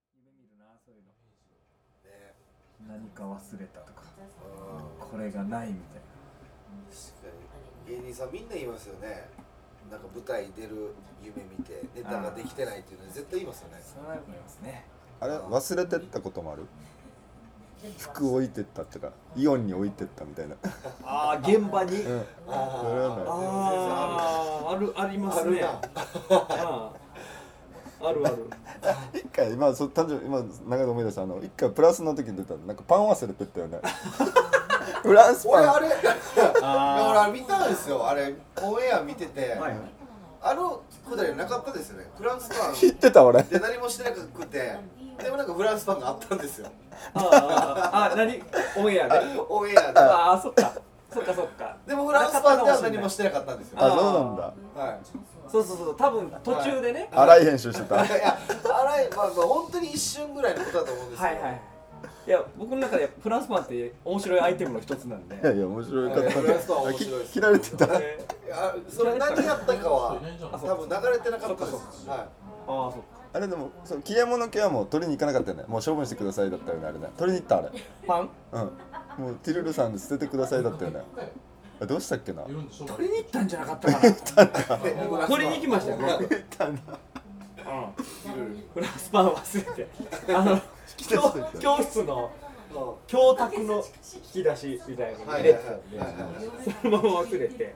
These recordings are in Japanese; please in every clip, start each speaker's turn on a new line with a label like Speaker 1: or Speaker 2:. Speaker 1: そういうの
Speaker 2: ね
Speaker 1: 何か忘れたとか
Speaker 2: うん
Speaker 1: これがないみたい
Speaker 2: 確かに芸人さんみんな言いますよねなんか舞台出る夢見てネタができてないっていうの絶対言いますよね
Speaker 1: なそれはよくありますね
Speaker 3: あれ忘れてったこともある服置いてったってかイオンに置いてったみたいな
Speaker 1: ああ現場に
Speaker 3: うんそれはない
Speaker 1: あああるありますね
Speaker 2: ある
Speaker 1: あああるある
Speaker 3: 一回今そう誕生日今長野思い出したあの一回プラスの時に出たなんかパン忘れてったよねフランス
Speaker 2: 俺
Speaker 3: パ
Speaker 2: あ
Speaker 3: ン
Speaker 2: れいや俺あれ見たんですよあれオンエア見てて、
Speaker 1: はい
Speaker 2: あのくだりはなかったですよねフランスパン
Speaker 3: 知ってた俺
Speaker 2: で何もしてなくてでもなんかフランスパンがあったんですよ
Speaker 1: ああああ何オンエアで
Speaker 2: オンエアで
Speaker 1: ああそっかそっかそっか
Speaker 2: でもフランスパンでは何もしてなかったんですよは
Speaker 3: あ
Speaker 1: あー
Speaker 3: そうなんだ
Speaker 2: い
Speaker 1: そうそうそう多分途中でね
Speaker 3: 荒い編集してた
Speaker 2: いやあれまあまあ本当に一瞬ぐらいのことだと思うんですよ
Speaker 1: はいはいいや僕の中でフランスパンって面白いアイテムの一つなんで
Speaker 3: いやいや面白かっ
Speaker 2: いやフランスパンは
Speaker 3: た
Speaker 2: 面白いです
Speaker 3: 切られてた
Speaker 1: えー
Speaker 2: いやそれ何やったかは
Speaker 1: あそ
Speaker 2: 多
Speaker 1: う
Speaker 2: 分流れてなかったです
Speaker 1: そっかそ
Speaker 2: は
Speaker 1: ああそっ
Speaker 3: あれでもそう消え物系はもう取りに行かなかったよねもう処分してくださいだったよねあれね取りに行ったあれ
Speaker 1: かパン
Speaker 3: うんもうティルルさんで捨ててくださいだったよねあどうしたっけな
Speaker 4: るんでしょ
Speaker 1: 取りに行ったんじゃなかったか
Speaker 2: いでフラ
Speaker 1: な
Speaker 2: ンスパン
Speaker 1: 取りに行きましたよ僕
Speaker 3: 行ったんだ
Speaker 1: フランスパン忘 れてあの
Speaker 3: き出しとい
Speaker 1: 教
Speaker 3: て
Speaker 1: 教室の
Speaker 2: うん
Speaker 1: 教卓の引き出しみたいなのに
Speaker 2: は
Speaker 1: 入
Speaker 2: い
Speaker 1: れ
Speaker 2: はい
Speaker 1: て
Speaker 2: はいはい
Speaker 1: そのまま忘れて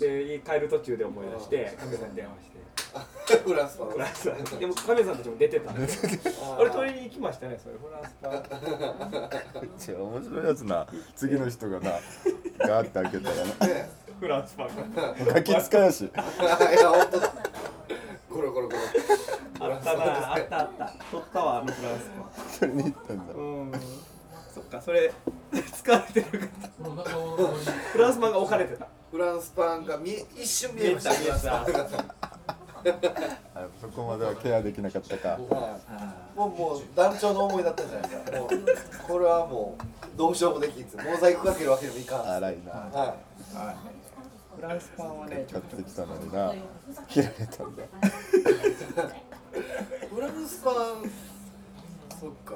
Speaker 1: で帰る途中で思い出してカメさんに電話して
Speaker 2: フランスパン
Speaker 1: フランスパンでもカメさんたちも出てたんで俺取りに行きましたねそれフランスパン
Speaker 3: 違う面白いやつな次の人がなガーって開けたらな
Speaker 2: ね
Speaker 1: フランスパンが
Speaker 3: ガキ使やし
Speaker 2: いや本当だゴロゴロゴロ
Speaker 1: あったなあったあった取ったわあのフランスパン
Speaker 3: 取りに行ったんだ
Speaker 1: うんそっかそれ使われてるから
Speaker 4: もうなんか俺
Speaker 1: フランスパンが置かれてた
Speaker 2: フランスパンが見え一瞬見えました
Speaker 1: 見えました
Speaker 2: フランスパンが
Speaker 3: あそこまではケアできなかったか
Speaker 2: はいもうもう団長の思いだったんじゃないですかもうこれはもうどうしようもできずモザイクかけるわけにもいかん
Speaker 3: 荒いな
Speaker 2: は
Speaker 1: フランスパンはね
Speaker 3: 買ってきたのにな切られたんだ
Speaker 2: いフランスパンそっか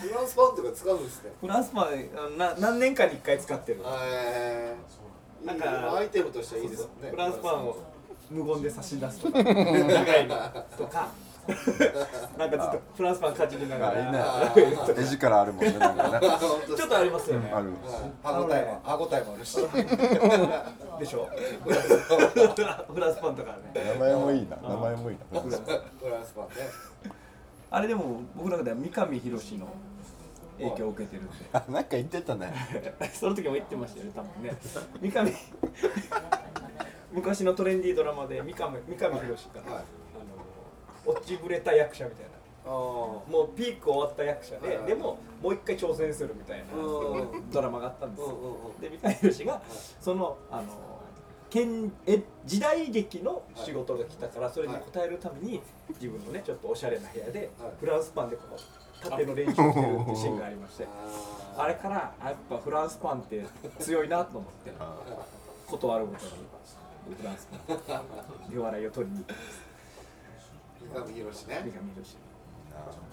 Speaker 2: フランスパンとか使うんですね
Speaker 1: フランスパンあのな何年かに1回使ってる
Speaker 2: えー、
Speaker 1: な
Speaker 2: なんん
Speaker 1: か
Speaker 2: かアイテムとしてはいいですもんね
Speaker 1: フランスパンを無言で差し出すとか長いのとか なんかずっとフランスパンかじりながら
Speaker 3: あ
Speaker 2: あ
Speaker 3: い
Speaker 2: ー
Speaker 3: いね絵力あるもんねなんかね
Speaker 2: 本当
Speaker 1: ちょっとありますよね
Speaker 3: ある
Speaker 2: 歯応えも歯応えもあるし
Speaker 1: で しょフランスパンとかね
Speaker 3: 名前もいいな名前もいいな
Speaker 2: フランスパンね
Speaker 1: あれでも僕の中では三上博史の影響を受けてるんで
Speaker 3: あなんか言ってたね
Speaker 1: その時も言ってましたよね多分ね 三上昔のトレンディードラマで三上三上博史が、あの
Speaker 2: はい
Speaker 1: 落ちぶれた役者みたいな
Speaker 2: あ
Speaker 1: もうピーク終わった役者で、
Speaker 2: はい
Speaker 1: でももう一回挑戦するみたいな
Speaker 2: う
Speaker 1: ドラマがあったんです
Speaker 2: うん
Speaker 1: よ。
Speaker 2: うんうん
Speaker 1: で三上博史がそのあのけんえ時代劇の仕事が来たからそれに応えるために自分のねちょっとおしゃれな部屋で
Speaker 2: はい
Speaker 1: フランスパンでこう縦の練習をしてるっていうシーンがありましてあれからやっぱフランスパンって強いなと思ってことあるごとにフランスパンで笑いを取りに行って
Speaker 2: 三上博史
Speaker 1: 三
Speaker 2: ね
Speaker 1: 上博史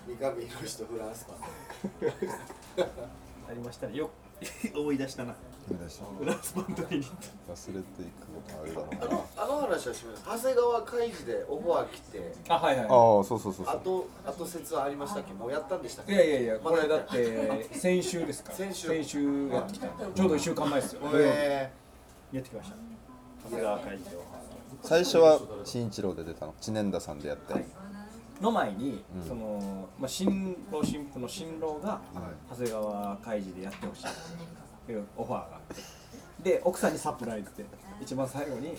Speaker 2: 三上博史とフランスパン
Speaker 1: ありましたねよ 思い出したな
Speaker 3: 思い出した
Speaker 1: フランスパン取りに行った
Speaker 3: 忘れていくことあるだろ
Speaker 2: あ
Speaker 3: う
Speaker 2: の
Speaker 3: な
Speaker 2: あの話はしました長谷川会議でオファー来て
Speaker 1: あはいはい
Speaker 3: ああそうそうそうそ
Speaker 2: あ
Speaker 3: う
Speaker 2: とあと説はありましたっけもうやったんでしたっ
Speaker 1: い
Speaker 2: け
Speaker 1: やいやいやこれだっ
Speaker 2: え
Speaker 1: て先週ですから
Speaker 2: 先週
Speaker 1: やってきたんだよちょうど1週間前ですよ
Speaker 2: え
Speaker 1: やってきました長谷川会長
Speaker 3: 最初は新一郎で出たの知念田さんでやって、
Speaker 1: の前に、その、まあ、新郎新婦の新郎が長谷川会議でやってほしいっていうオファーがあってで奥さんにサプライズで一番最後に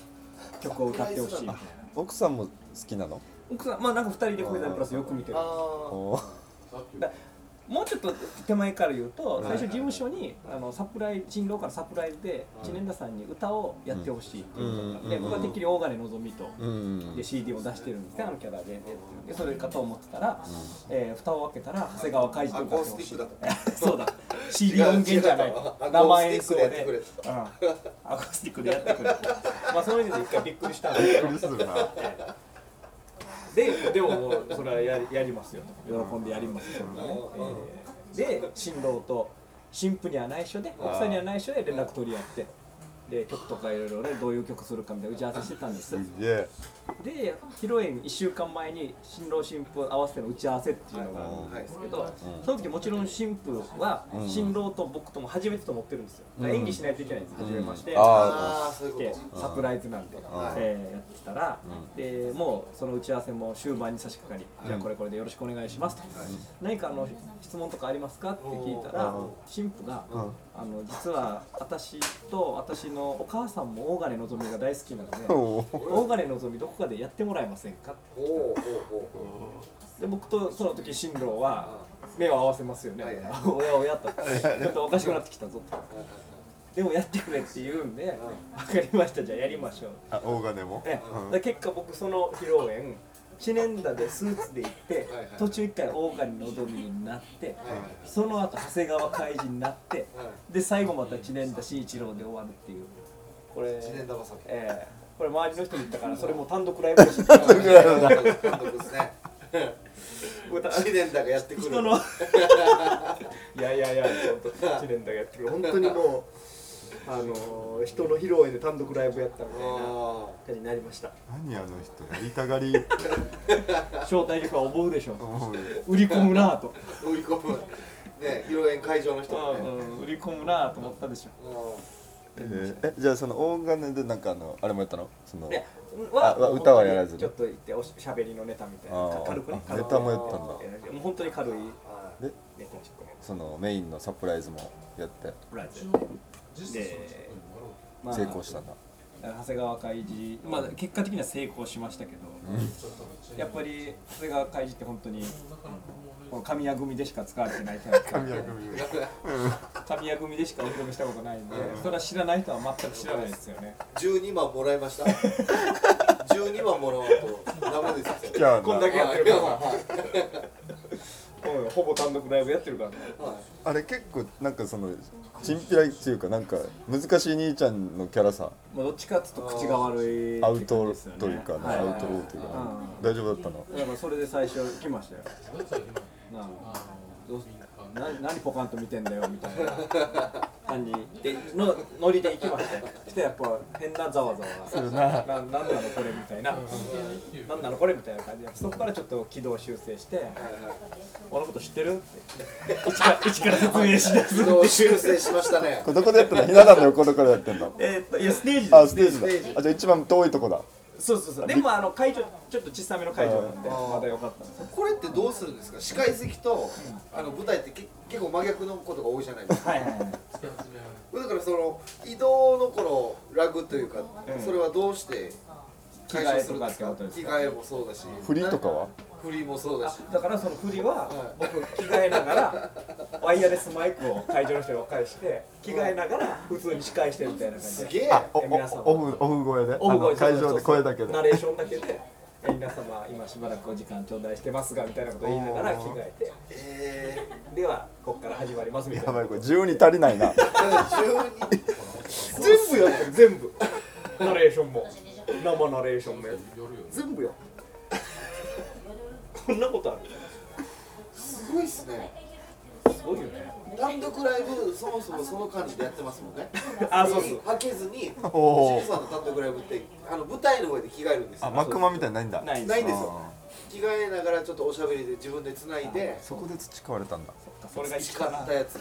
Speaker 1: 曲を歌ってほしいみたいな
Speaker 3: 奥さんも好きなの
Speaker 1: 奥さんまあなんか2人で「これだプラス」よく見て
Speaker 2: ー、
Speaker 1: る
Speaker 2: あ
Speaker 3: おー
Speaker 1: もうちょっと手前から言うと最初事務所にあのサプライ新郎からサプライズで知念田さんに歌をやってほしいっていうのだったんで
Speaker 3: うん
Speaker 1: 僕はてっきり大金のぞみと
Speaker 3: うん
Speaker 1: で CD を出してるんですねあのキャラでででそれかと思ってたら、えー蓋を開けたら長谷川海事と歌ってほしい
Speaker 2: アコーステ
Speaker 1: そうだ CD 音源じゃない
Speaker 2: 違う違う
Speaker 1: 生演奏で
Speaker 2: アコースティックでやってくれ
Speaker 1: うんアコースティックでやってくれまあその時点で一回びっくりしたんですけど
Speaker 3: するな
Speaker 1: ででももうそれはややりますよと喜んでやりますよそれはね、えーで新郎と新婦には内緒で奥さんには内緒で連絡取り合ってで曲とかいろいろねどういう曲するかみたいな打ち合わせしてたんです
Speaker 3: すげえ
Speaker 1: で披露宴1週間前に新郎新婦合わせての打ち合わせっていうのがあるんですけど、その時もちろん新婦は
Speaker 3: ん
Speaker 1: 新郎と僕とも初めてと思ってるんですよ、だから演技しないといけないんです初めまして、
Speaker 3: うんあ
Speaker 2: ああそういう
Speaker 1: で
Speaker 2: こ
Speaker 1: サプライズなんで、えーやってたら、でもうその打ち合わせも終盤に差し掛かり、じゃあこれこれでよろしくお願いしますと、何かあの質問とかありますかって聞いたら、新婦が、あの実は私と私のお母さんも大金のぞみが大好きなので、
Speaker 3: おー
Speaker 1: 大金のぞみどこかでやってもらえませんかって
Speaker 2: とおおおお
Speaker 1: で僕とその時新郎は目を合わせますよね、
Speaker 2: はいはい
Speaker 1: おやおやとちょっとおかしくなってきたぞとでもやってくれって言うんで分かりましたじゃあやりましょう
Speaker 3: あ大金も
Speaker 1: ええ、で結果僕その披露宴知念だでスーツで行って
Speaker 2: はいはい
Speaker 1: 途中一回大神のぞみになってその後長谷川開示になって
Speaker 2: は
Speaker 1: で最後また知念だ新一郎で終わるっていうこれ
Speaker 2: 一年玉酒
Speaker 1: ええこれ周りの人に言ったからそれも単独ライブらしいから
Speaker 2: そうですね一年だがやってくる
Speaker 1: 人の いやいやいや本当知念だがやってくる本当にもうあの人の披露宴で単独ライブやったみたいな感
Speaker 2: あ
Speaker 1: じになりました
Speaker 3: 何あの人やりたがり
Speaker 1: 招待客は思うでしょ
Speaker 3: 思うよ
Speaker 1: 売り込むなぁと
Speaker 2: あ追い込むね披露宴会場の人もね
Speaker 1: 売り込むなと思ったでし
Speaker 3: えーえじゃあその大金でなんかあのあれもやったのその
Speaker 1: ょ。いや
Speaker 3: あ歌はやらずに
Speaker 1: ちょっと言っておしゃべりのネタみたい
Speaker 3: あ
Speaker 1: な
Speaker 3: ー
Speaker 1: 軽くね
Speaker 3: あ
Speaker 1: 軽く
Speaker 3: ネタもやったんだ
Speaker 1: えーもう本当に軽い
Speaker 2: あ
Speaker 3: で
Speaker 1: ネタちょっとね
Speaker 3: そのメインのサプライズもやって
Speaker 1: プライズで、まあ
Speaker 3: 成功したんだ
Speaker 1: 長谷川開示、まあ、結果的には成功しましたけど、やっぱり長谷川開示って本当に、この神谷組でしか使われてないキャラクターで神谷組でしかお披露目したことないんで、それは知らない人は全く知らないですよね。
Speaker 2: 12万もらいました12万もらわんとダメですよ
Speaker 3: いや
Speaker 1: こんだけやってるから
Speaker 2: は
Speaker 1: うんほぼ単独ライブやってるからね。
Speaker 2: いはい
Speaker 3: あれ結構なんかそのチンピラっていうかなんか難しい兄ちゃんのキャラさ
Speaker 1: まあ、どっちかっつうと口が悪い
Speaker 3: アウト
Speaker 1: って感じですよね
Speaker 3: というかね
Speaker 1: はい
Speaker 3: アウトローというかね
Speaker 1: う
Speaker 3: 大丈夫だったの
Speaker 1: いやまあそれで最初来ましたよなあどうすな何ポカンと見てんだよみたいな感じでのノリで行きましたよそしてやっぱ変なざわざわするななんなのこれみたいななんなのこれみたいな感じでそこからちょっと軌道修正して「俺のこと知ってる?」って一から一から説明しだす
Speaker 2: 軌道修正しましたね
Speaker 3: これどこでやってんのひな壇の横とかでやってんの
Speaker 1: えーっといやステージで
Speaker 3: あ
Speaker 1: す
Speaker 3: ステージだ
Speaker 2: ステージ
Speaker 3: あじゃあ一番遠いとこだ
Speaker 1: そうそうそうでもあの会場ちょっと小さめの会場なんでまだ良かったんです
Speaker 2: これってどうするんですか司会席とあの舞台ってけ結構真逆のことが多いじゃないですか
Speaker 1: はいはいはい
Speaker 2: だからその移動のこのラグというか、それはどうして
Speaker 1: 着替えとかってことです
Speaker 2: 着
Speaker 1: か
Speaker 2: 替えもそうだし
Speaker 3: 振りとかは
Speaker 2: 振りもそうだし
Speaker 1: だからその振りは僕着替えながらワイヤレスマイクを会場の人にお返して着替えながら普通に司会してるみたいな感じ
Speaker 2: す
Speaker 1: で
Speaker 2: げえ
Speaker 3: あお
Speaker 1: 皆様
Speaker 3: おオフオフ声で
Speaker 1: オフ声
Speaker 3: あの会場で声だけで
Speaker 1: ナレーションだけでえ皆様今しばらくお時間頂戴してますがみたいなこと言いながら着替えて
Speaker 2: ええ
Speaker 1: ではここから始まりますみた
Speaker 3: や
Speaker 1: いな
Speaker 3: ばいこれ12足りないな
Speaker 1: 全部やってる全 部ナレーションも 生ナレーションもやってる全部やってるこんなことある
Speaker 2: すごいっすね
Speaker 1: すごいよね
Speaker 2: 単独ライブそもそもその感じでやってますもんね
Speaker 1: あそうそう
Speaker 2: はけずに 清
Speaker 3: お
Speaker 2: 水さんの単独ライブってあの舞台の上で着替えるんです
Speaker 3: あ
Speaker 2: よ
Speaker 3: マクマみたいにないんだ
Speaker 1: ないんです
Speaker 2: ないんですよ
Speaker 3: あ
Speaker 2: 着替えながらちょっとおしゃべりで自分で繋いで
Speaker 3: ーそこで培われたんだ
Speaker 1: それが一
Speaker 2: 誓
Speaker 1: か
Speaker 2: っ
Speaker 1: な
Speaker 2: たやつが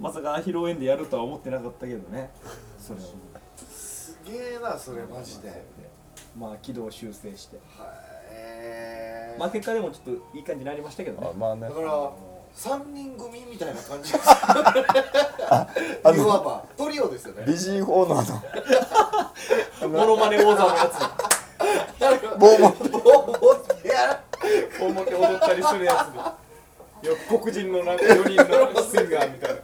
Speaker 1: まさか披露宴でやるとは思ってなかったけどねそれを
Speaker 2: すげえなそれマジで
Speaker 1: まあ軌道修正して
Speaker 2: はい
Speaker 1: まあ結果でもちょっといい感じになりましたけどね
Speaker 3: あまあね
Speaker 2: だから三人組みたいな感 じです
Speaker 3: あ
Speaker 2: い
Speaker 3: の
Speaker 2: わばトリオですよね
Speaker 3: 美人法のあの
Speaker 1: モノマネ王座のやつ
Speaker 3: 棒も
Speaker 2: ボーボーってや
Speaker 1: 大モケ踊ったりするやつでよく黒人のなんか4人のシンガーみたいな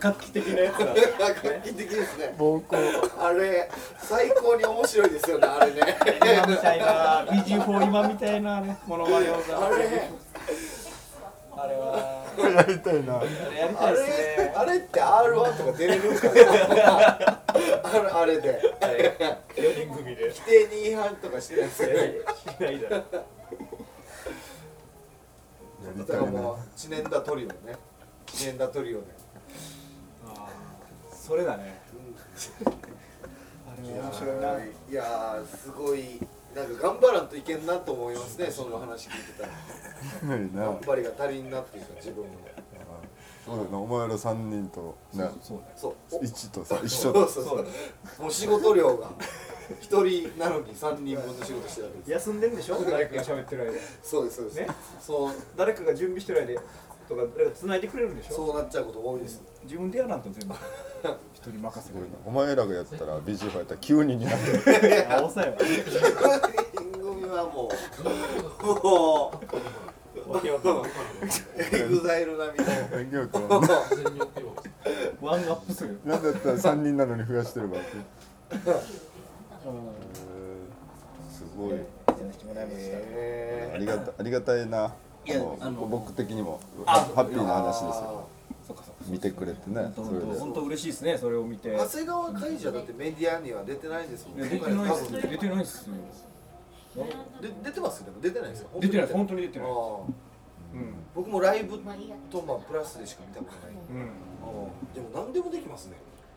Speaker 1: 画期的なやつだ
Speaker 2: ら画期的ですね
Speaker 3: 暴行
Speaker 2: あれ最高に面白いですよねあれね
Speaker 1: 今みたいな BG4 今みたいなねモノマネ王座
Speaker 2: あれ
Speaker 1: あれは
Speaker 3: やりたいな
Speaker 1: やりた
Speaker 2: あ
Speaker 1: い
Speaker 2: れ
Speaker 1: ですね
Speaker 2: あれって R1 とか出れるんかなあれあれで
Speaker 1: 4人組で
Speaker 2: 規定に違反とかしてないですよね
Speaker 1: 嫌いだ
Speaker 3: やり
Speaker 2: だ
Speaker 3: た
Speaker 2: か
Speaker 3: い
Speaker 2: ら
Speaker 3: な
Speaker 2: もう知念田トリオね知念田トリオね
Speaker 1: あーそれだねあれは面白いない
Speaker 2: やーすごいなんか頑張らんといけんなと思いますねその話聞いてたら
Speaker 3: 無理な
Speaker 2: 頑張りが足りんなっていうか自分も
Speaker 3: そうだよなお前ら三人とな
Speaker 1: そうだよ
Speaker 2: そう
Speaker 3: 一とさ一
Speaker 2: そ
Speaker 3: 緒
Speaker 2: う
Speaker 3: だ
Speaker 2: そうそうもう仕事量が一人なのに三人分の仕事してるわけです
Speaker 1: 休んでるでしょ誰かが喋ってる間
Speaker 2: そうですそうです、
Speaker 1: ね
Speaker 2: そう
Speaker 1: 誰かが準備してる間とか誰か繋いでくれるんでしょ
Speaker 2: そうなっちゃうこと多いです、
Speaker 1: 自分でやらんと全部 一人任
Speaker 3: す
Speaker 1: せ
Speaker 3: ごい
Speaker 1: る
Speaker 3: なお前らがやったら BG ファイター9人にな る
Speaker 1: あおさよ
Speaker 2: 番組はもうも
Speaker 1: わけわかんない
Speaker 2: うエグザイル並みの
Speaker 3: 遠慮君
Speaker 1: ワンアップする
Speaker 3: なんだったら3人なのに増やしてるわって
Speaker 1: うん
Speaker 3: すご
Speaker 1: い
Speaker 3: い
Speaker 1: ただきもらいました
Speaker 3: あ
Speaker 2: え
Speaker 3: りがたありがたいない
Speaker 1: や
Speaker 3: もう
Speaker 1: あの
Speaker 3: 僕的にも
Speaker 1: あ
Speaker 3: ハッピーな話ですよ
Speaker 2: よ
Speaker 1: そっかそっか
Speaker 3: 見てくれてねそ
Speaker 1: 本
Speaker 3: れ
Speaker 1: 当
Speaker 3: で
Speaker 1: 本当嬉しいですねそれを見ていや
Speaker 2: 長谷川海じゃだってメディアには出てないですもん
Speaker 1: 出てないっす出てないっすよ
Speaker 2: で出てますでも出てないですか
Speaker 1: 出てない本当に出てない
Speaker 2: ああ
Speaker 1: うん
Speaker 2: 僕もライブとまあプラスでしか見たことない
Speaker 1: うん
Speaker 2: ああでも何でもできますね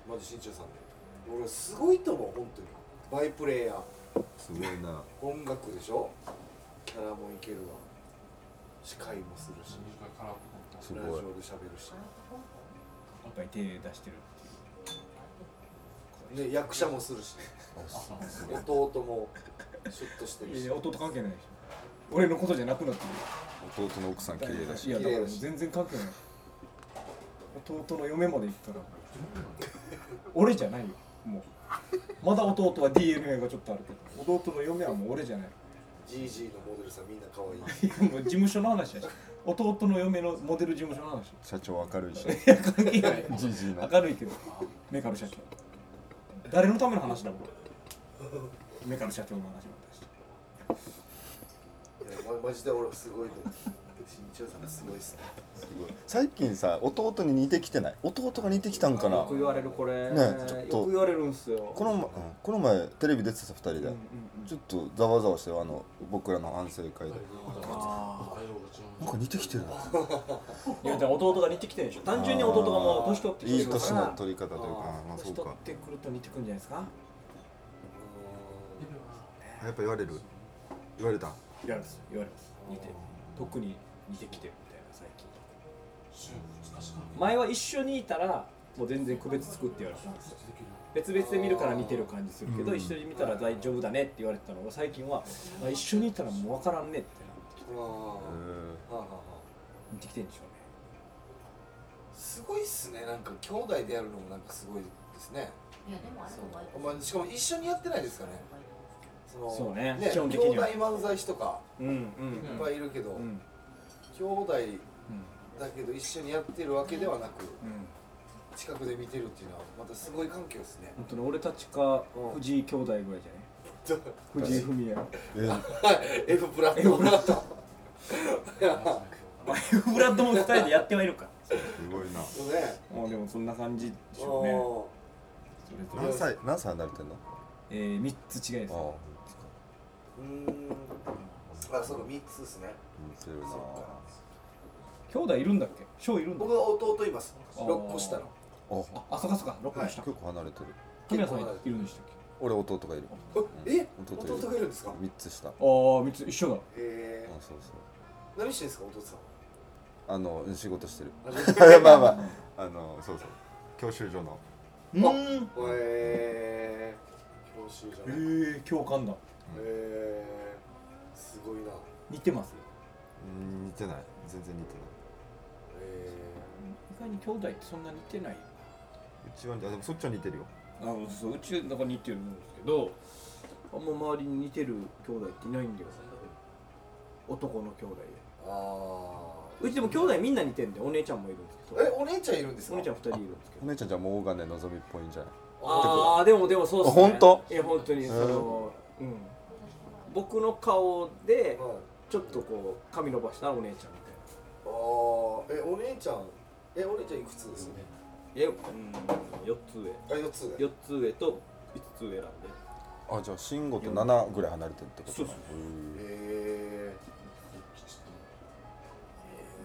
Speaker 2: マジ新潮さんで俺すごいと思う本当にバイプレイヤー
Speaker 3: すごいな
Speaker 2: 音楽でしょキャラもいけるわ司会もするし
Speaker 3: す
Speaker 2: ラジオ
Speaker 3: ご
Speaker 2: で
Speaker 3: い
Speaker 2: 喋るし、
Speaker 1: いっぱい手出してる
Speaker 2: ね、役者もするし弟もシュッとしてる
Speaker 1: い
Speaker 2: し
Speaker 1: や弟関係ないでしょ俺のことじゃなくなってる
Speaker 3: 弟の奥さん綺麗だし
Speaker 1: いやだか
Speaker 2: 綺麗
Speaker 1: ら
Speaker 2: だし
Speaker 1: 全然関係ない弟の嫁まで行ったら俺じゃないよもうまだ弟は DNA がちょっとあるけど弟の嫁はもう俺じゃない
Speaker 2: ジージーのモデルさんみんな可愛い
Speaker 1: いやもう事務所の話やし弟の嫁のモデル事務所の話
Speaker 3: 社長明るいし
Speaker 1: いや関係ない
Speaker 3: じいじいな
Speaker 1: 明るいけどメカル社長誰のための話だもんメカル社長の話も
Speaker 2: いやまマジで俺はすごいと思う新潮さんがすごいっすね
Speaker 3: すごい最近さ弟に似てきてない弟が似てきたんかな
Speaker 1: よく言われるこれ、
Speaker 3: ねちょっと
Speaker 1: よく言われるんすよ
Speaker 3: この,、うん、この前テレビ出てた2人で、
Speaker 1: うんうんうん
Speaker 3: ちょっとざわざわしてるあの僕らの反省会で
Speaker 1: あ
Speaker 3: なんか似てきてるな
Speaker 1: ーいやでも弟が似てきてるでしょ単純に弟がもう年取ってき
Speaker 3: い
Speaker 1: て
Speaker 3: い
Speaker 1: るから
Speaker 3: 年の取り方という
Speaker 2: あ
Speaker 3: かまあそ
Speaker 1: 年
Speaker 3: う
Speaker 1: 取
Speaker 3: か
Speaker 1: ってくると似てくるんじゃないですか
Speaker 3: やっぱ言われる言われた
Speaker 1: 言われます言われます似てる特に似てきてるみたいな最近前は一緒にいたらもう全然区別つくって言われたんですよ別々で見るから似てる感じするけど、
Speaker 3: うん
Speaker 1: 一緒に見たら大丈夫だねって言われてたのが最近はあ一緒にいたらもう分からんねってなってきて
Speaker 2: うんあー
Speaker 3: へ
Speaker 2: はあはあは
Speaker 1: 似てきてんでしょうね
Speaker 2: あすごいっすねなんか兄弟でやるのもなんかすごいですねそうまあしかも一緒にやってないですかねその
Speaker 1: そうね基
Speaker 2: 兄
Speaker 1: 本
Speaker 2: 弟
Speaker 1: 的には
Speaker 2: 漫才師とか
Speaker 1: うん
Speaker 2: いっぱいいるけど、
Speaker 1: うんうん
Speaker 2: 兄弟だけど一緒にやってるわけではな
Speaker 1: う
Speaker 2: く
Speaker 1: ん
Speaker 2: 近くで見てるっていうのはまたすごい環境ですね
Speaker 1: 本当に俺たちか
Speaker 2: うん
Speaker 1: 藤井兄弟ぐらいじゃない藤井フミヤ
Speaker 3: え ー
Speaker 2: F プラッ
Speaker 1: F
Speaker 2: ト
Speaker 1: プラ ット F ブラッドも二人でやってはいるか
Speaker 3: すごいな
Speaker 2: そうね
Speaker 1: もうでもそんな感じでしょうね
Speaker 2: お
Speaker 1: それぞ
Speaker 3: 何
Speaker 1: れ
Speaker 3: 歳何歳離れてんの
Speaker 1: えー、3つ違いです
Speaker 3: あ
Speaker 2: ーうーんあそうか3つですね
Speaker 3: 似てるな
Speaker 2: そっか
Speaker 1: 兄弟いるんだっけ翔いるんだっ
Speaker 2: 僕は弟います
Speaker 1: あー
Speaker 2: 6個下の
Speaker 1: けあそっかそっか6個
Speaker 2: はい
Speaker 1: 下
Speaker 3: 結構離れてる
Speaker 1: フミヤさんいるんでしたっけ
Speaker 3: 俺弟がいる
Speaker 2: え
Speaker 3: 弟いる
Speaker 2: 弟がいるんですか
Speaker 3: 3つ下あ
Speaker 1: ああ三つ一緒だ
Speaker 2: え
Speaker 3: そうそう
Speaker 2: ー、何してんですか弟さん
Speaker 3: あの仕事してる
Speaker 2: あ
Speaker 3: まあまああのそうそう教習所の
Speaker 1: うーん
Speaker 2: えー、教習じゃない
Speaker 1: えー、共感だ
Speaker 2: えー、すごいな
Speaker 1: 似てます
Speaker 3: うん似てない全然似てない
Speaker 2: え
Speaker 1: 意外に兄弟ってそんな似てないう
Speaker 3: ちはあでもそっちは似てるよ
Speaker 1: あのそううちなんか似てるんですけどあんま周りに似てる兄弟っていないんだよ男の兄弟で
Speaker 2: ー、あ
Speaker 1: うちでも兄弟みんな似てんでお姉ちゃんもいるんですけ
Speaker 2: ーえ
Speaker 1: ど
Speaker 2: お姉ちゃんいるんです
Speaker 1: お
Speaker 2: か
Speaker 1: 姉ちゃん2人いるんですけ
Speaker 3: お
Speaker 1: ど
Speaker 3: 姉ちゃんじゃあもう大金のぞみっぽいんじゃない
Speaker 1: ああでもでもそうっすね
Speaker 3: ほんと
Speaker 1: いや本当にそのうん僕の顔で
Speaker 2: はい
Speaker 1: ちょっとこう髪伸ばしたお姉ちゃんみたい
Speaker 2: あーえお姉ちゃんえお姉ちゃんいくつです
Speaker 1: えうん4つ上
Speaker 2: あ四つ
Speaker 1: 4つ上と5つ上なんで
Speaker 3: あじゃあ慎吾と7ぐらい離れてるってこと
Speaker 1: そう
Speaker 3: な
Speaker 1: そ
Speaker 3: の
Speaker 1: う
Speaker 2: え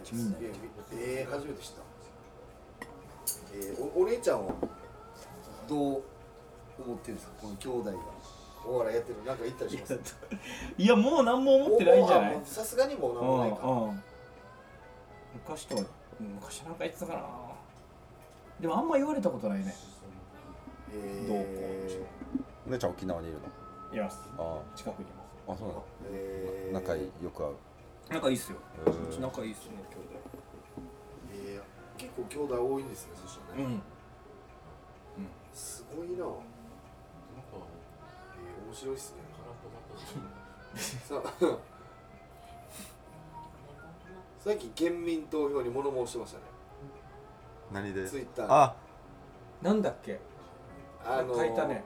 Speaker 2: ー、
Speaker 1: 君になり
Speaker 2: えーえー初めて知ったえー、おお姉ちゃんをどう思ってるんですかこの兄弟がお笑いやってるなんか言ったりします
Speaker 1: いやもう何も思ってないんじゃない
Speaker 2: おあもうさすがにもうなんもないか
Speaker 1: うんうん昔とは昔なんか言ってたかなでもあんま言われたことないね
Speaker 2: えー、
Speaker 1: どうこうしよ
Speaker 3: お姉ちゃん沖縄にいる
Speaker 1: います
Speaker 3: の
Speaker 1: 近くにいま
Speaker 3: あああそうなの
Speaker 2: えー、
Speaker 3: 仲いいよく会う
Speaker 1: す仲いいっすよ
Speaker 3: へー
Speaker 1: うち仲いいっすね兄
Speaker 2: えー、結構兄弟多いんですねそしたらね、
Speaker 1: 弟うん
Speaker 2: すごいな、えー、面白いっすねさあさっき県民投票に物申してましたね
Speaker 3: 何で
Speaker 2: ツイッター
Speaker 3: あ
Speaker 1: なんだっけ
Speaker 2: あの
Speaker 1: 書いたね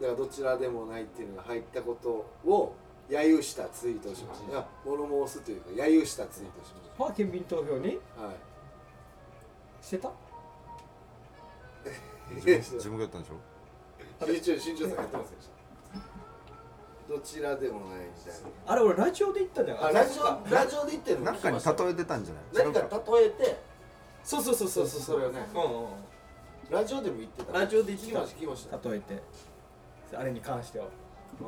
Speaker 2: だからどちらでもないっていうのが入ったことを揶揄したツイートをしましたいや物申すというか揶揄したツイートをしまし
Speaker 1: まあ県民投票に
Speaker 2: たはい
Speaker 1: してた
Speaker 3: 自分自分がやったんでしょ
Speaker 2: 新潮新潮さんやってますでしたどちらでもないみたい
Speaker 1: あれ俺ラジオで言ったんじゃ
Speaker 2: なあラジオラジオで言ってるの
Speaker 3: なんかに例えてたんじゃない
Speaker 2: 何か
Speaker 3: 違うか
Speaker 2: 例えて
Speaker 1: そうそうそうそうそう
Speaker 2: それはね
Speaker 1: うんうんうん
Speaker 2: ラジオでも言ってた
Speaker 1: ラジオで言って
Speaker 2: 聞き
Speaker 1: た
Speaker 2: ました聞きました
Speaker 1: 例えてあれに関しては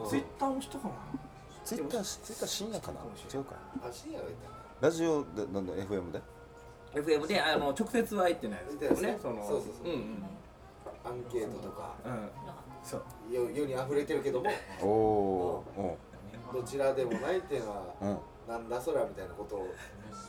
Speaker 2: うん
Speaker 1: ツイッターもしたかな
Speaker 3: ツイッターツイッター深夜かな
Speaker 1: かもしれ
Speaker 3: 違うか
Speaker 2: あ深夜が言ったか
Speaker 3: ラジオでなんだ FM で
Speaker 1: FM であの直接は言ってないですけど
Speaker 2: 言
Speaker 1: ね
Speaker 2: って
Speaker 1: そ
Speaker 2: ない
Speaker 1: の
Speaker 2: ですねそうそうそう
Speaker 1: うん
Speaker 2: アンケートとか
Speaker 1: うんうんそう
Speaker 2: 世世に溢れてるけども
Speaker 3: おお
Speaker 2: どちらでもないっていうのは
Speaker 3: うんうん
Speaker 2: なんだそらみたいなことを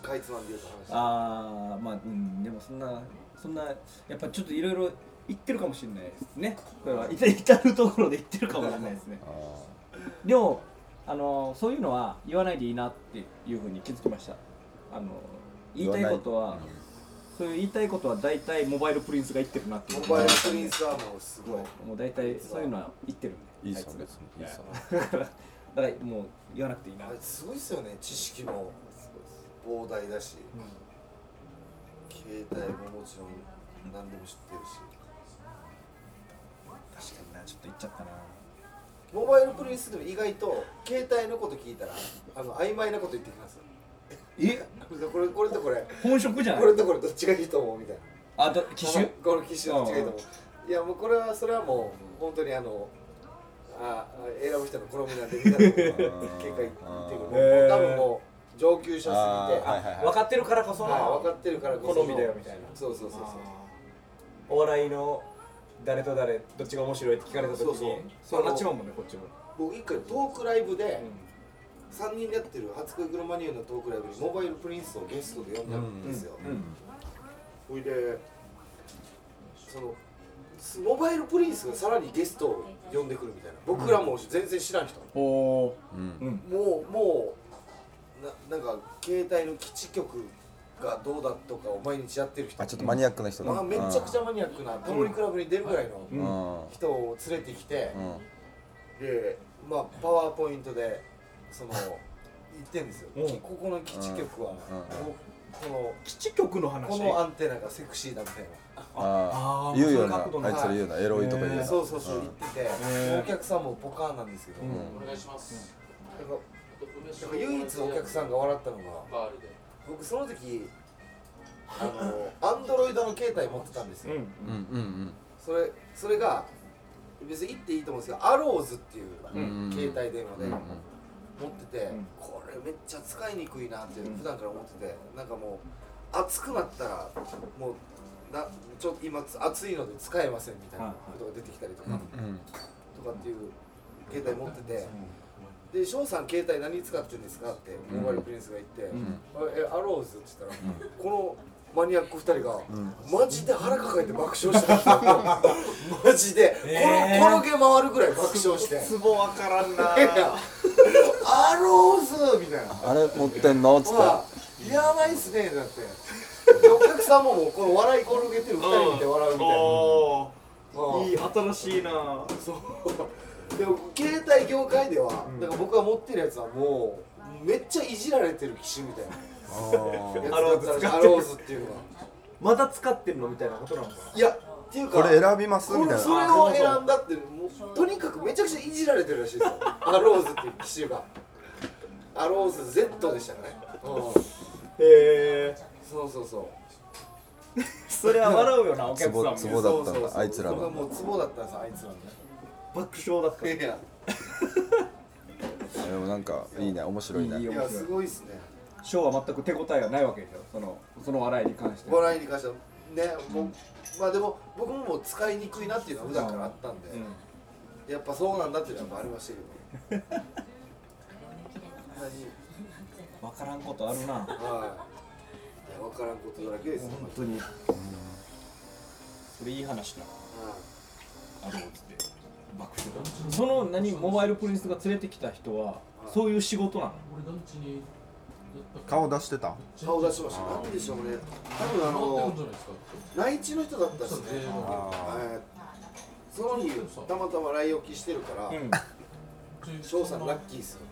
Speaker 2: かいつまんで言うと話して
Speaker 1: ああまあうんでもそんなそんなやっぱちょっといろいろ言ってるかもしれないですねこれは 至至るところで言ってるかもしれないですね
Speaker 3: あ ー
Speaker 1: でもあのそういうのは言わないでいいなっていうふうに気づきましたあの言いたいことは
Speaker 3: 言わない
Speaker 1: そういう言いたいことは大体モバイルプリンスが言ってるなっていう
Speaker 2: モバイルプリンスはもうすごい
Speaker 1: もう大体そういうのは言ってるんで
Speaker 3: いい
Speaker 1: あ
Speaker 3: さ
Speaker 1: つ
Speaker 3: 別にいいさ
Speaker 1: だからだからもう言わなくていいな
Speaker 2: あれすごいっすよね知識も膨大だし携帯ももちろん何でも知ってるし
Speaker 1: 確かになちょっと言っちゃったな
Speaker 2: モバイルプリンスでも意外と携帯のこと聞いたらあの曖昧なこと言ってきますよ
Speaker 1: え
Speaker 2: これこれとこれ
Speaker 1: 本職じゃない
Speaker 2: これとこれどっちがいいと思うみたいな
Speaker 1: あど機種
Speaker 2: この機種どっちがいいと思ういやもうこれはそれはもう本当にあのあ選ぶ人の好みなんでみんなの結果言って
Speaker 1: へ
Speaker 2: くる
Speaker 1: ー
Speaker 2: 多分もう上級者すぎて
Speaker 3: あーはいはい
Speaker 1: 分かってるからこそ
Speaker 2: はい
Speaker 1: の
Speaker 2: 分かってるからこそ
Speaker 1: 好みだよみたいな
Speaker 2: そうそうそうそう
Speaker 1: お笑いの誰と誰どっちが面白いって聞かれた時に
Speaker 2: そうそう
Speaker 1: そうなっちまうもんねこっちも、
Speaker 2: 僕一回トークライブで
Speaker 1: う
Speaker 2: 3人でやってる「初恋グロマニュー」のトークライブにモバイルプリンスをゲストで呼んだんですよ
Speaker 1: ん
Speaker 2: ほいでそのモバイルプリンスがさらにゲストを呼んでくるみたいな僕らも全然知らん人
Speaker 1: おお
Speaker 3: うん
Speaker 1: うん
Speaker 2: もうもうななんか携帯の基地局がどうだとかを毎日やってる人
Speaker 3: あちょっとマニアックな人だ
Speaker 2: まあ、めちゃくちゃマニアックなタモリクラブに出るぐらいの
Speaker 3: うんうん
Speaker 2: 人を連れてきて、
Speaker 3: うん
Speaker 2: でまあパワーポイントでその言ってんですよ、
Speaker 1: うん
Speaker 2: きここの基地局は、
Speaker 3: うん
Speaker 2: この
Speaker 1: 基地局の話
Speaker 2: このこのアンテナがセクシーだみたいな
Speaker 3: あ
Speaker 1: あ
Speaker 3: あ
Speaker 1: ー
Speaker 3: 言うよ
Speaker 1: そうい
Speaker 3: う
Speaker 1: う角度
Speaker 3: な
Speaker 1: の
Speaker 3: あいつら言うなエロいとか言う
Speaker 1: へ
Speaker 3: な
Speaker 1: ー
Speaker 2: そうそうそう言ってて、
Speaker 1: ー
Speaker 2: お客さんもポカーンなんですけど、
Speaker 1: うん
Speaker 2: なんか
Speaker 4: お願いします。
Speaker 2: なんか唯一お客さんが笑ったのが
Speaker 4: バールで。
Speaker 2: 僕その時あのアンドロイドの携帯持ってたんです
Speaker 1: うん
Speaker 2: よ、
Speaker 3: うんうん
Speaker 2: それそれが別に言っていいと思うんですけどアローズっていううん携帯電話
Speaker 3: う
Speaker 2: で
Speaker 3: んうん
Speaker 2: 持ってて、
Speaker 1: うん
Speaker 2: これめっちゃ使いにくいなって
Speaker 1: うん
Speaker 2: 普段から思っててなんかもう熱くなったらもうなちょっと今暑いので使えませんみたいなことが出てきたりとか、
Speaker 3: うん
Speaker 2: とかっていう携帯持ってて。で翔さん携帯何使ってんですかってモバイルプリンスが言って「
Speaker 1: ん
Speaker 2: あえアローズ」って言ったら、このマニアック2人が、
Speaker 3: ん
Speaker 2: マジで腹抱えて爆笑してたんで すよマジで、
Speaker 1: えー
Speaker 2: この転げ回るぐらい爆笑して「
Speaker 1: ツボわからんな
Speaker 2: アローズ」みたいな
Speaker 3: あれ持ってんのっつ
Speaker 2: ほ
Speaker 3: って
Speaker 2: らやばいっすねだってでお客さんももうこの笑い転げてる2人見て笑うみたいな、
Speaker 1: お
Speaker 2: うん
Speaker 1: ーいい新しいな
Speaker 2: そうでも携帯業界では、だから僕が持ってるやつはもうめっちゃいじられてる機種みたいな
Speaker 3: あ
Speaker 2: や
Speaker 3: ー
Speaker 2: つだったらしい
Speaker 1: あ
Speaker 2: ア
Speaker 1: アロ
Speaker 2: ロ
Speaker 1: ー
Speaker 2: ー
Speaker 1: ズ
Speaker 2: ズっていうのは
Speaker 1: まだ使ってるのみたいなことなのかない
Speaker 2: やっていうか
Speaker 3: これ選びます
Speaker 2: こ
Speaker 3: みたい
Speaker 2: れ
Speaker 3: な
Speaker 2: それを選んだってもうとにかくめちゃくちゃいじられてるらしいですよアローズっていう機種がアローズ Z でしたかねうん
Speaker 1: へえ
Speaker 2: そうそうそう
Speaker 1: それは笑うよなお客さんも
Speaker 3: ツボだったんだあいつらは
Speaker 2: 僕はもうツボだったんですあいつらのね
Speaker 1: 爆笑だった
Speaker 2: いや
Speaker 3: でもなんかいいね面白いね
Speaker 1: いい
Speaker 2: い
Speaker 1: よ
Speaker 2: やすごいっすね
Speaker 1: ショーは全く手応えがないわけでしょそのその笑いに関して
Speaker 2: ボライに関してはねもうまあでも僕ももう使いにくいなっていうのは普段からあったんで
Speaker 1: うん
Speaker 2: やっぱそうなんだっていうのはありましたけど何
Speaker 1: 分からんことあるな
Speaker 2: はいいや分からんことだらけですよ
Speaker 1: 本当にそれいい話だ
Speaker 2: は
Speaker 1: あのつって爆笑その何モバイルプリンスが連れてきた人はそういう仕事なの
Speaker 3: 顔出してた
Speaker 2: い顔出しましたなんでしょうね多分あの内地の人だったしねはいその日たまたま来置きしてるから翔さんラッキーっすよね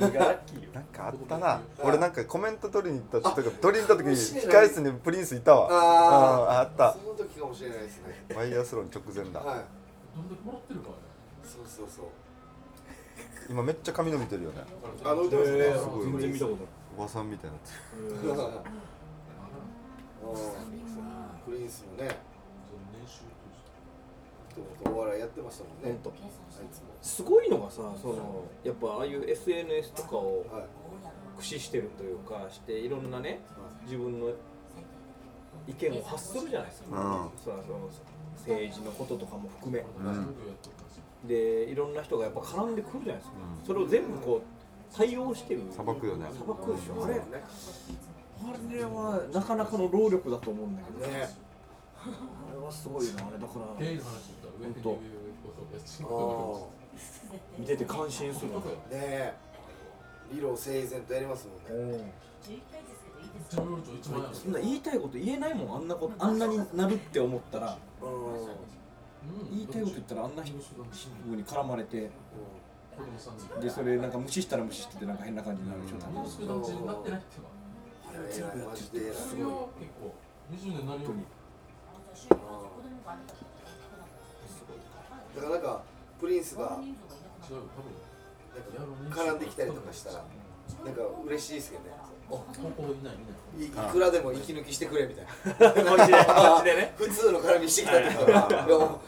Speaker 1: 何がラッキーよ
Speaker 3: なんかあったな俺なんかコメント取りに行った人とか取りに行った時に控室にプリンスいたわ
Speaker 2: あ
Speaker 3: あーあった
Speaker 2: その時かもしれないですね
Speaker 3: バイアスロン直前だ
Speaker 2: はいそうそうそう
Speaker 3: 今めっちゃ髪伸びてるよね
Speaker 2: あ伸びてますね
Speaker 3: すごい
Speaker 1: 全然見たことない
Speaker 3: おばさんみたいに
Speaker 2: うん
Speaker 3: なって
Speaker 2: プリンスもねもともとお笑いやってましたもんね
Speaker 1: 本当
Speaker 2: あいつも
Speaker 1: すごいのがさそのやっぱああいう SNS とかを
Speaker 2: はい
Speaker 1: 駆使してるというかしていろんなね自分の意見を発するじゃないですか、
Speaker 3: うん
Speaker 1: そらその政治のこととかも含め
Speaker 3: うん
Speaker 1: でいろんな人がやっぱ絡んでくるじゃないですか、それを全部こう対応してる
Speaker 3: 砂漠よね
Speaker 1: 砂漠でしょあれ
Speaker 2: ね
Speaker 1: あれはなかなかの労力だと思うんだけど
Speaker 2: ね
Speaker 1: あれはすごいなあれだから
Speaker 2: ああ
Speaker 1: 見てて感心するな
Speaker 2: ねえ理論整然とやりますもんね
Speaker 1: そんな言いたいこと言えないもんあんなことあんなになるって思ったら
Speaker 2: うんうん
Speaker 1: 言いたいこと言ったらあんな人に絡まれてでそれなんか無視したら無視しててなんか変な感じになるでしょ多分本
Speaker 2: あれ偉いマジで偉い
Speaker 1: 当に
Speaker 2: だからなんかプリンスがなんか絡んできたりとかしたらなんか嬉しいですけどねいいくらでも息抜きしてくれみたいな
Speaker 1: こっちでこっちでね
Speaker 2: 普通の絡みしてきた時とかいやもうもう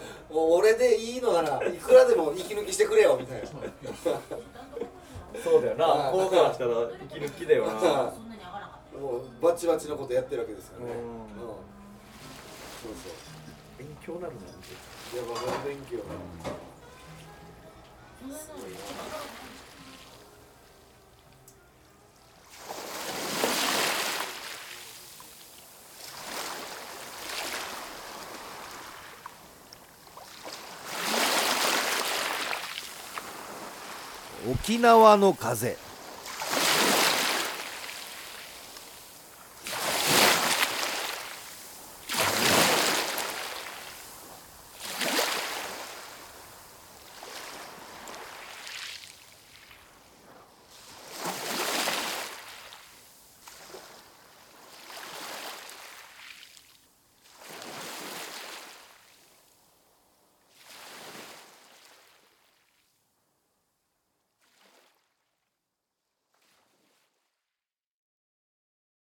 Speaker 2: 俺でいいのならいくらでも息抜きしてくれよみたいな
Speaker 1: そうだよな
Speaker 2: な
Speaker 1: こ
Speaker 2: こ
Speaker 1: う
Speaker 2: う
Speaker 1: か
Speaker 2: からら
Speaker 1: し
Speaker 2: した
Speaker 1: ら息抜きだよな
Speaker 2: もうバチバチのことやってるわけですからね
Speaker 1: うん
Speaker 2: うんそうそ
Speaker 1: 勉強なるな
Speaker 2: ういやまあ勉強
Speaker 4: 沖縄の風